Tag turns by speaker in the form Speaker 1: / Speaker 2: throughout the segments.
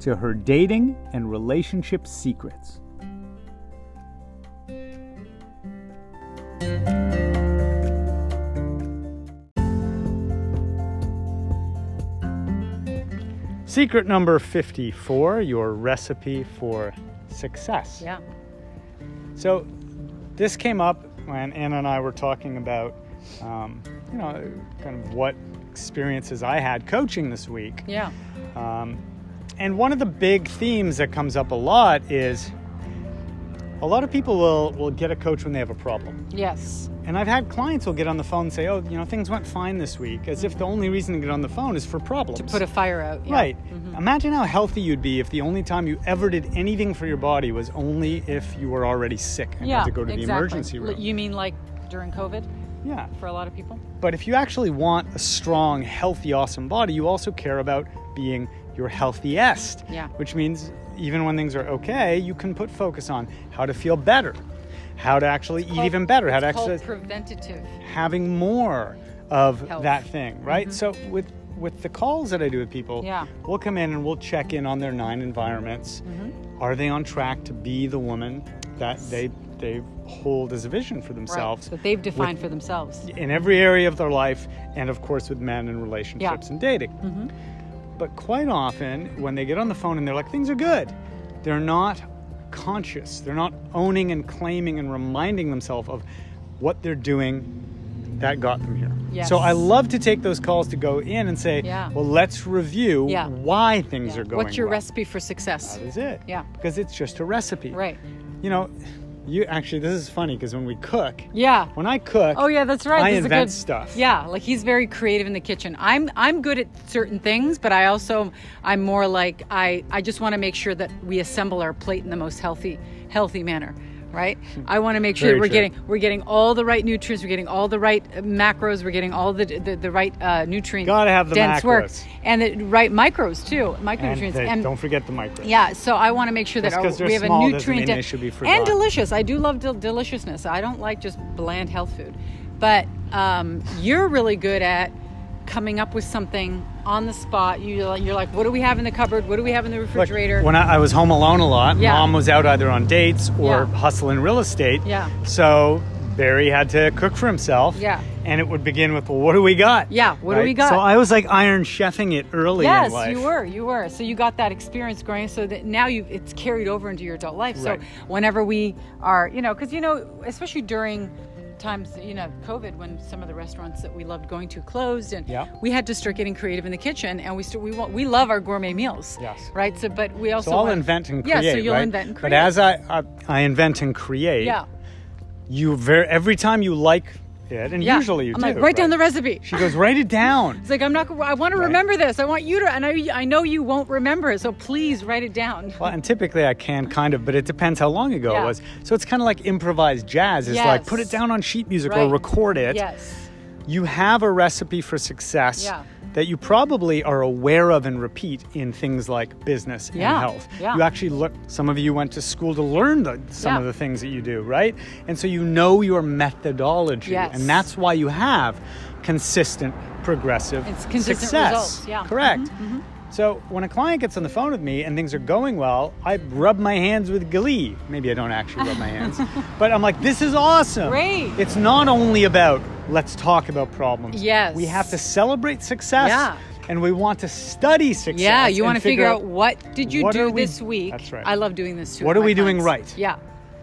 Speaker 1: to her dating and relationship secrets. Secret number 54 your recipe for success.
Speaker 2: Yeah.
Speaker 1: So, this came up when Anna and I were talking about, um, you know, kind of what experiences I had coaching this week.
Speaker 2: Yeah.
Speaker 1: Um, and one of the big themes that comes up a lot is a lot of people will, will get a coach when they have a problem.
Speaker 2: Yes.
Speaker 1: And I've had clients will get on the phone and say, oh, you know, things went fine this week, as if the only reason to get on the phone is for problems.
Speaker 2: To put a Mm-hmm. fire out. yeah.
Speaker 1: Right. Imagine how healthy you'd be if the only time you ever did anything for your body was only if you were already sick and
Speaker 2: Yeah.
Speaker 1: had to go to the
Speaker 2: exactly.
Speaker 1: emergency
Speaker 2: L-
Speaker 1: room.
Speaker 2: You mean like during COVID
Speaker 1: yeah.
Speaker 2: for a lot of people?
Speaker 1: But if you actually want a strong, healthy, awesome body, you also care about being your healthiest.
Speaker 2: Yeah.
Speaker 1: Which means even when things are okay, you can put focus on how to feel better, how to actually eat
Speaker 2: called-
Speaker 1: even better, how to
Speaker 2: it's called
Speaker 1: actually
Speaker 2: preventative.
Speaker 1: having more of
Speaker 2: Health. Mm-hmm.
Speaker 1: that thing, right? So with with the calls that I do with people,
Speaker 2: Yeah.
Speaker 1: we'll come in and we'll check in on their nine environments.
Speaker 2: Mm-hmm.
Speaker 1: Are they on track to be the woman that they they hold as a vision for
Speaker 2: Right.
Speaker 1: themselves?
Speaker 2: That they've defined for themselves.
Speaker 1: in every area of their life, and of course with men and relationships and dating.
Speaker 2: Mm-hmm.
Speaker 1: But quite often, when they get on the phone and they're like, things are good, they're not conscious. They're not owning and claiming and reminding themselves of what they're doing that got them here.
Speaker 2: Yes.
Speaker 1: So I love to take those calls to go in and say,
Speaker 2: Yeah.
Speaker 1: well, let's review
Speaker 2: Yeah.
Speaker 1: why things
Speaker 2: Yeah.
Speaker 1: are going
Speaker 2: What's your
Speaker 1: well.
Speaker 2: recipe for success?
Speaker 1: That is it.
Speaker 2: Yeah.
Speaker 1: Because it's just a recipe.
Speaker 2: Right.
Speaker 1: You know, you actually, this is funny because when we cook,
Speaker 2: Yeah.
Speaker 1: when I cook,
Speaker 2: Oh yeah, that's right.
Speaker 1: I
Speaker 2: This is a
Speaker 1: invent
Speaker 2: good-
Speaker 1: stuff.
Speaker 2: Yeah, like he's very creative in the kitchen. I'm I'm good at certain things, but I also I'm more like I I just want to make sure that we assemble our plate in the most healthy healthy manner, right? I want to make sure
Speaker 1: Very
Speaker 2: that we're
Speaker 1: true.
Speaker 2: getting we're getting all the right nutrients, we're getting all the right uh, macros, we're getting all the the, the right uh, nutrient
Speaker 1: Gotta have the
Speaker 2: dense work
Speaker 1: macros.
Speaker 2: and the right micros too,
Speaker 1: and,
Speaker 2: micronutrients
Speaker 1: hey,
Speaker 2: and
Speaker 1: don't forget the micro.
Speaker 2: yeah, so I want to make sure that
Speaker 1: Just 'cause they're
Speaker 2: our, we have
Speaker 1: small
Speaker 2: a
Speaker 1: doesn't
Speaker 2: nutrient
Speaker 1: mean
Speaker 2: de-
Speaker 1: they should be forgotten.
Speaker 2: and delicious. I do love del- deliciousness. I don't like just bland health food, but um, you're really good at coming up with something on the spot. You you're like, what do we have in the cupboard? What do we have in the
Speaker 1: Look,
Speaker 2: refrigerator?
Speaker 1: when I, I was home alone a lot,
Speaker 2: Yeah.
Speaker 1: mom was out either on dates or
Speaker 2: Yeah.
Speaker 1: hustling real estate.
Speaker 2: Yeah.
Speaker 1: So Barry had to cook for himself.
Speaker 2: Yeah.
Speaker 1: And it would begin with, well, what do we got?
Speaker 2: Yeah, what do we got?
Speaker 1: So I was like iron chefing it early in
Speaker 2: yes,
Speaker 1: life.
Speaker 2: you were, you were. So you got that experience growing, so that now you it's carried over into your adult life.
Speaker 1: Right.
Speaker 2: So whenever we are, you know, because you know, especially during times, you know, COVID, when some of the restaurants that we loved going to closed, and
Speaker 1: Yeah.
Speaker 2: we had to start getting creative in the kitchen, and we still we want we love our gourmet meals.
Speaker 1: Yes.
Speaker 2: Right. So, but we also
Speaker 1: So I'll
Speaker 2: want-
Speaker 1: invent and
Speaker 2: Yeah.
Speaker 1: create.
Speaker 2: So you'll
Speaker 1: right?
Speaker 2: invent and create.
Speaker 1: But as I, I, I invent and create,
Speaker 2: yeah.
Speaker 1: you ver- every time you like it, and
Speaker 2: Yeah.
Speaker 1: usually you
Speaker 2: I'm
Speaker 1: do.
Speaker 2: like, write down the recipe.
Speaker 1: She goes, write it down.
Speaker 2: It's like I'm not. I want to remember this. I want you to, and I, I know you won't remember it. So please write it down.
Speaker 1: Well, and typically I can kind of, but it depends how long ago it
Speaker 2: Yeah.
Speaker 1: was. So it's kind of like improvised jazz. It's like
Speaker 2: Yes.
Speaker 1: put it down on sheet music or
Speaker 2: Right.
Speaker 1: record it.
Speaker 2: Yes.
Speaker 1: You have a recipe for success
Speaker 2: Yeah.
Speaker 1: that you probably are aware of and repeat in things like business and
Speaker 2: Yeah.
Speaker 1: health.
Speaker 2: Yeah.
Speaker 1: You actually look, some of you went to school to learn the, some
Speaker 2: Yeah.
Speaker 1: of the things that you do, right? And so you know your methodology.
Speaker 2: Yes.
Speaker 1: And that's why you have consistent, progressive
Speaker 2: It's consistent
Speaker 1: success.
Speaker 2: results, yeah. Mm-hmm.
Speaker 1: Correct. So when a client gets on the phone with me and things are going well, I rub my hands with glee. Maybe I don't actually rub my hands, but I'm like, this is awesome.
Speaker 2: Great.
Speaker 1: It's not only about let's talk about problems.
Speaker 2: Yes.
Speaker 1: We have to celebrate success.
Speaker 2: Yeah.
Speaker 1: And we want to study success.
Speaker 2: Yeah, you
Speaker 1: and
Speaker 2: want to figure out what did you
Speaker 1: what are
Speaker 2: do
Speaker 1: we-
Speaker 2: this week?
Speaker 1: That's right.
Speaker 2: I love doing this too.
Speaker 1: What
Speaker 2: with
Speaker 1: are
Speaker 2: my
Speaker 1: we doing
Speaker 2: clients.
Speaker 1: right?
Speaker 2: Yeah.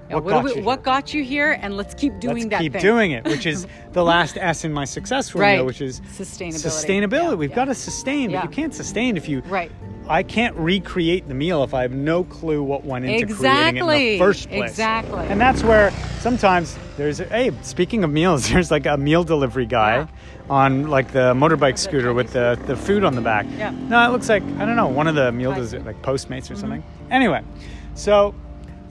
Speaker 2: Yeah,
Speaker 1: What
Speaker 2: are
Speaker 1: got
Speaker 2: we-
Speaker 1: you here?
Speaker 2: what got you here? And let's keep doing
Speaker 1: Let's
Speaker 2: that
Speaker 1: keep
Speaker 2: thing.
Speaker 1: doing it, which is the last S in my success formula,
Speaker 2: Right.
Speaker 1: which is
Speaker 2: Sustainability.
Speaker 1: Sustainability.
Speaker 2: Yeah,
Speaker 1: We've
Speaker 2: yeah.
Speaker 1: got to sustain,
Speaker 2: Yeah.
Speaker 1: but you can't sustain if you.
Speaker 2: Right.
Speaker 1: I can't recreate the meal if I have no clue what went into creating it in the
Speaker 2: Exactly.
Speaker 1: first place.
Speaker 2: Exactly.
Speaker 1: And that's where sometimes there's. Hey, speaking of meals, there's like a meal delivery guy on like the motorbike scooter with the, the food on the back.
Speaker 2: Yeah.
Speaker 1: No, it looks like I don't know one of the meal
Speaker 2: Right. Mm-hmm.
Speaker 1: is it like Postmates or something. Anyway, so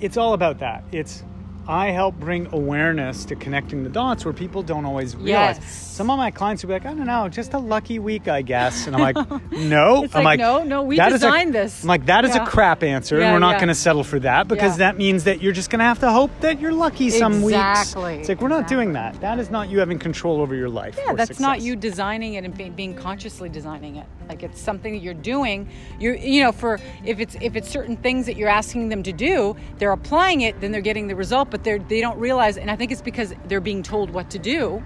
Speaker 1: it's all about that. It's I help bring awareness to connecting the dots where people don't always realize.
Speaker 2: Yes.
Speaker 1: Some of my clients will be like, I don't know, just a lucky week, I guess. And I'm like, no.
Speaker 2: It's
Speaker 1: I'm
Speaker 2: like, no, no, we
Speaker 1: "That is a-
Speaker 2: designed this."
Speaker 1: I'm like, that is
Speaker 2: Yeah.
Speaker 1: a crap answer, and
Speaker 2: Yeah,
Speaker 1: we're not
Speaker 2: yeah.
Speaker 1: going to settle for that because
Speaker 2: Yeah.
Speaker 1: that means that you're just going to have to hope that you're lucky some
Speaker 2: Exactly,
Speaker 1: weeks. It's like, we're not doing that. That is not you having control over your life.
Speaker 2: Yeah,
Speaker 1: or
Speaker 2: that's not
Speaker 1: success.
Speaker 2: you designing it and be, being consciously designing it. Like it's something that you're doing. You are you know for if it's if it's certain things that you're asking them to do, they're applying it, then they're getting the result, but they they don't realize. And I think it's because they're being told what to do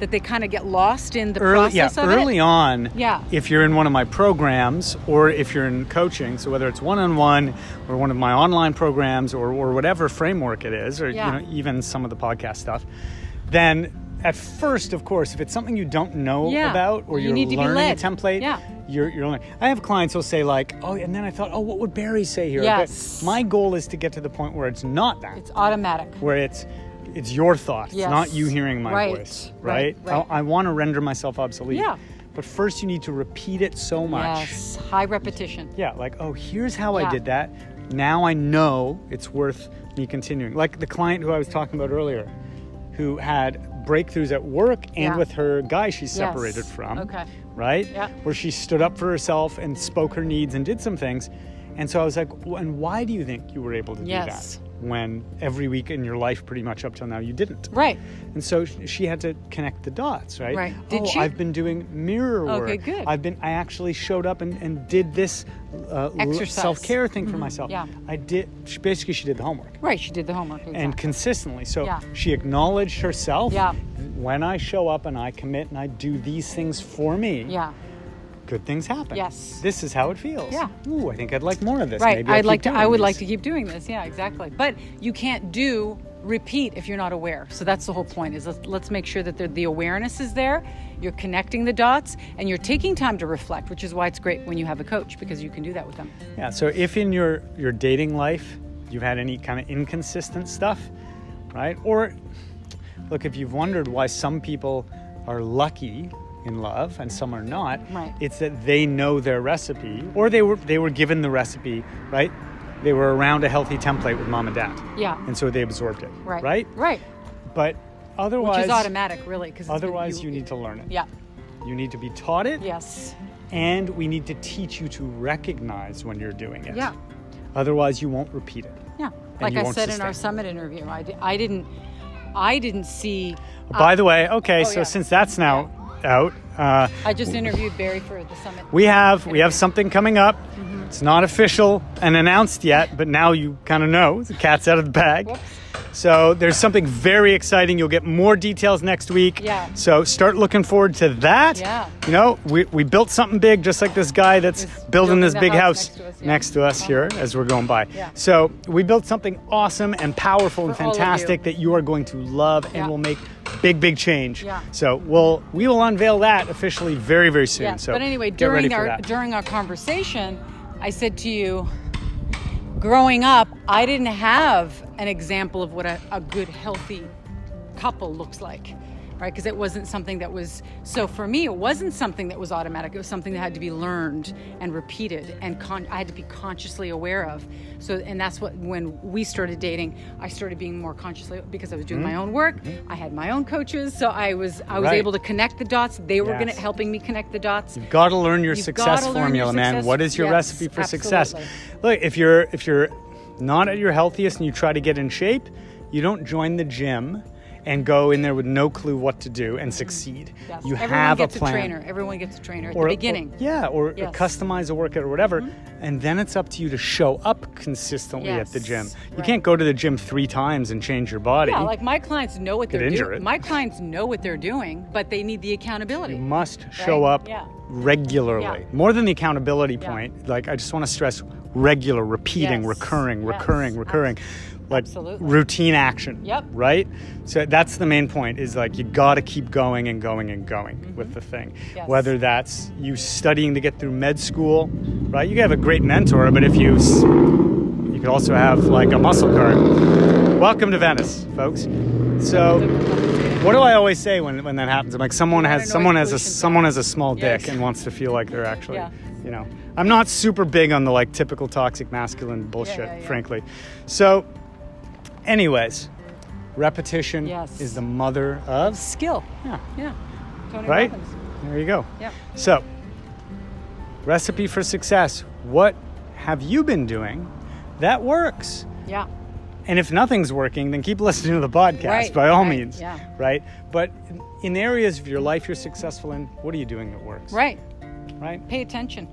Speaker 2: that they kind of get lost in the
Speaker 1: early, yeah,
Speaker 2: process of it.
Speaker 1: early on,
Speaker 2: Yeah.
Speaker 1: if you're in one of my programs or if you're in coaching, so whether it's one on one or one of my online programs or, or whatever framework it is, or
Speaker 2: Yeah.
Speaker 1: you know, even some of the podcast stuff, then at first, of course, if it's something you don't know
Speaker 2: Yeah.
Speaker 1: about or
Speaker 2: You
Speaker 1: are
Speaker 2: need to be
Speaker 1: learning a
Speaker 2: led.
Speaker 1: template,
Speaker 2: Yeah.
Speaker 1: you're, you're learning. I have clients who'll say, like, oh, and then I thought, oh, what would Barry say here? But
Speaker 2: Yes.
Speaker 1: my goal is to get to the point where it's not that
Speaker 2: It's automatic.
Speaker 1: where it's it's your thought. It's not
Speaker 2: Yes.
Speaker 1: you hearing my
Speaker 2: Right.
Speaker 1: voice, right?
Speaker 2: Right, right.
Speaker 1: I, I want to render myself obsolete.
Speaker 2: Yeah.
Speaker 1: But first, you need to repeat it so much.
Speaker 2: Yes, high repetition.
Speaker 1: Yeah, like, oh, here's how I
Speaker 2: Yeah.
Speaker 1: did that. Now I know it's worth me continuing. Like the client who I was talking about earlier, who had breakthroughs at work and
Speaker 2: Yeah.
Speaker 1: with her guy she separated from.
Speaker 2: Okay.
Speaker 1: Right?
Speaker 2: Yeah.
Speaker 1: Where she stood up for herself and spoke her needs and did some things. And so I was like, "W- and why do you think you were able to
Speaker 2: Yes.
Speaker 1: do that when every week in your life, pretty much up till now, you didn't?
Speaker 2: Right.
Speaker 1: And so sh- she had to connect the dots, right?
Speaker 2: Right. Did
Speaker 1: oh,
Speaker 2: she?
Speaker 1: I've been doing mirror work.
Speaker 2: Okay, good.
Speaker 1: I've been. I actually showed up and, and did this uh,
Speaker 2: Exercise. Mm-hmm.
Speaker 1: self care thing for myself.
Speaker 2: yeah.
Speaker 1: I did. She, basically, she did the homework
Speaker 2: Right, she did the homework. Exactly.
Speaker 1: and consistently. So
Speaker 2: Yeah.
Speaker 1: she acknowledged herself.
Speaker 2: Yeah.
Speaker 1: When I show up and I commit and I do these things for me,
Speaker 2: yeah.
Speaker 1: good things happen.
Speaker 2: Yes.
Speaker 1: This is how it feels.
Speaker 2: Yeah.
Speaker 1: Ooh, I think I'd like more of this.
Speaker 2: Right.
Speaker 1: Maybe I'll
Speaker 2: I'd
Speaker 1: keep
Speaker 2: like to I
Speaker 1: doing
Speaker 2: would like
Speaker 1: these.
Speaker 2: to keep doing this. Yeah, exactly. But you can't do repeat if you're not aware. So that's the whole point is let's, let's make sure that the, the awareness is there, you're connecting the dots and you're taking time to reflect, which is why it's great when you have a coach because you can do that with them.
Speaker 1: Yeah. So if in your your dating life you've had any kind of inconsistent stuff, right? Or look, if you've wondered why some people are lucky in love and some are not,
Speaker 2: Right.
Speaker 1: it's that they know their recipe or they were they were given the recipe, right? They were around a healthy template with mom and dad.
Speaker 2: Yeah.
Speaker 1: And so they absorbed it.
Speaker 2: Right.
Speaker 1: Right?
Speaker 2: Right.
Speaker 1: But otherwise
Speaker 2: Which is automatic really because
Speaker 1: otherwise you, need to learn it.
Speaker 2: Yeah.
Speaker 1: You need to be taught it
Speaker 2: Yes.
Speaker 1: and we need to teach you to recognize when you're doing it.
Speaker 2: Yeah.
Speaker 1: Otherwise, you won't repeat it.
Speaker 2: Yeah. Like
Speaker 1: you
Speaker 2: I
Speaker 1: won't
Speaker 2: said in our
Speaker 1: sustain.
Speaker 2: summit interview, I, di- I didn't I didn't see
Speaker 1: By the way, okay, so
Speaker 2: yeah.
Speaker 1: since that's now out, uh,
Speaker 2: I just interviewed Barry for the summit.
Speaker 1: we have we have something coming up. It's not official and announced yet, but now you kind of know the cat's out of the bag.
Speaker 2: Whoops.
Speaker 1: So there's something very exciting. You'll get more details next week.
Speaker 2: Yeah.
Speaker 1: So start looking forward to that.
Speaker 2: Yeah.
Speaker 1: You know, we, we built something big, just like this guy that's
Speaker 2: Is
Speaker 1: building,
Speaker 2: building
Speaker 1: this
Speaker 2: the
Speaker 1: big
Speaker 2: house
Speaker 1: house,
Speaker 2: next to us, yeah.
Speaker 1: next to us here as we're going by.
Speaker 2: Yeah.
Speaker 1: So we built something awesome and powerful and
Speaker 2: For all of you.
Speaker 1: fantastic that you are going to love and
Speaker 2: Yeah.
Speaker 1: will make big, big change.
Speaker 2: Yeah.
Speaker 1: So we'll we will unveil that officially very, very soon.
Speaker 2: Yeah.
Speaker 1: So
Speaker 2: but anyway,
Speaker 1: get ready
Speaker 2: during
Speaker 1: for
Speaker 2: our
Speaker 1: that.
Speaker 2: during our conversation, I said to you, growing up, I didn't have an example of what a, a good healthy couple looks like. Right, because it wasn't something that was so for me. It wasn't something that was automatic. It was something that had to be learned and repeated, and con- I had to be consciously aware of. So, and that's what when we started dating, I started being more consciously because I was doing my own work. I had my own coaches, so I was I was
Speaker 1: Mm-hmm. Right.
Speaker 2: able to connect the dots. They were gonna
Speaker 1: Yes.
Speaker 2: helping me connect the dots.
Speaker 1: You've got to learn your
Speaker 2: You've
Speaker 1: success
Speaker 2: gotta learn your
Speaker 1: formula, man.
Speaker 2: success-
Speaker 1: What is your
Speaker 2: yes,
Speaker 1: recipe for success?
Speaker 2: absolutely.
Speaker 1: Look, if you're if you're not at your healthiest and you try to get in shape, you don't join the gym and go in there with no clue what to do and succeed.
Speaker 2: Mm-hmm. Yes.
Speaker 1: You
Speaker 2: Everyone
Speaker 1: have
Speaker 2: gets
Speaker 1: a plan.
Speaker 2: trainer. Everyone gets a trainer at
Speaker 1: Or-
Speaker 2: the beginning.
Speaker 1: Or, yeah, or, or
Speaker 2: Yes. Mm-hmm.
Speaker 1: customize a workout or whatever. And then it's up to you to show up consistently at the gym.
Speaker 2: Yes,
Speaker 1: You
Speaker 2: right.
Speaker 1: can't go to the gym three times and change your body.
Speaker 2: Yeah, like my clients know what they're
Speaker 1: injure it.
Speaker 2: doing. My clients know what they're doing, but they need the accountability.
Speaker 1: You must show up
Speaker 2: Yeah.
Speaker 1: regularly.
Speaker 2: Yeah.
Speaker 1: More than the accountability
Speaker 2: Yeah.
Speaker 1: point, like I just want to stress regular, repeating,
Speaker 2: Yes.
Speaker 1: recurring,
Speaker 2: Yes.
Speaker 1: recurring, recurring. Like
Speaker 2: Absolutely.
Speaker 1: routine action.
Speaker 2: Yep.
Speaker 1: Right? So that's the main point is like you gotta keep going and going and going with the thing.
Speaker 2: Mm-hmm. Yes.
Speaker 1: Whether that's you studying to get through med school, right? You can have a great mentor, but if you s- you could also have like a muscle car. Welcome to Venice, folks. So what do I always say when, when that happens? I'm like, someone
Speaker 2: You want
Speaker 1: has
Speaker 2: a
Speaker 1: someone
Speaker 2: noise
Speaker 1: has a
Speaker 2: pollution
Speaker 1: someone
Speaker 2: tax.
Speaker 1: has a small
Speaker 2: Yes.
Speaker 1: dick and wants to feel like they're actually,
Speaker 2: Yeah.
Speaker 1: you know. I'm not super big on the like typical toxic masculine bullshit,
Speaker 2: yeah, yeah.
Speaker 1: frankly. So Anyways, repetition
Speaker 2: Yes.
Speaker 1: is the mother of
Speaker 2: Skill.
Speaker 1: yeah.
Speaker 2: Yeah. Tony
Speaker 1: Right?
Speaker 2: Robbins.
Speaker 1: There you go.
Speaker 2: Yeah.
Speaker 1: So, recipe for success. What have you been doing that works?
Speaker 2: Yeah.
Speaker 1: And if nothing's working, then keep listening to the podcast
Speaker 2: Right,
Speaker 1: by all
Speaker 2: right,
Speaker 1: means.
Speaker 2: yeah.
Speaker 1: Right? But in- in areas of your life you're successful in, what are you doing that works?
Speaker 2: Right.
Speaker 1: Right?
Speaker 2: Pay attention.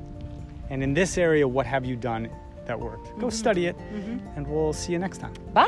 Speaker 1: And in this area, what have you done that worked? Go
Speaker 2: Mm-hmm.
Speaker 1: study it, and we'll see you next time.
Speaker 2: Bye.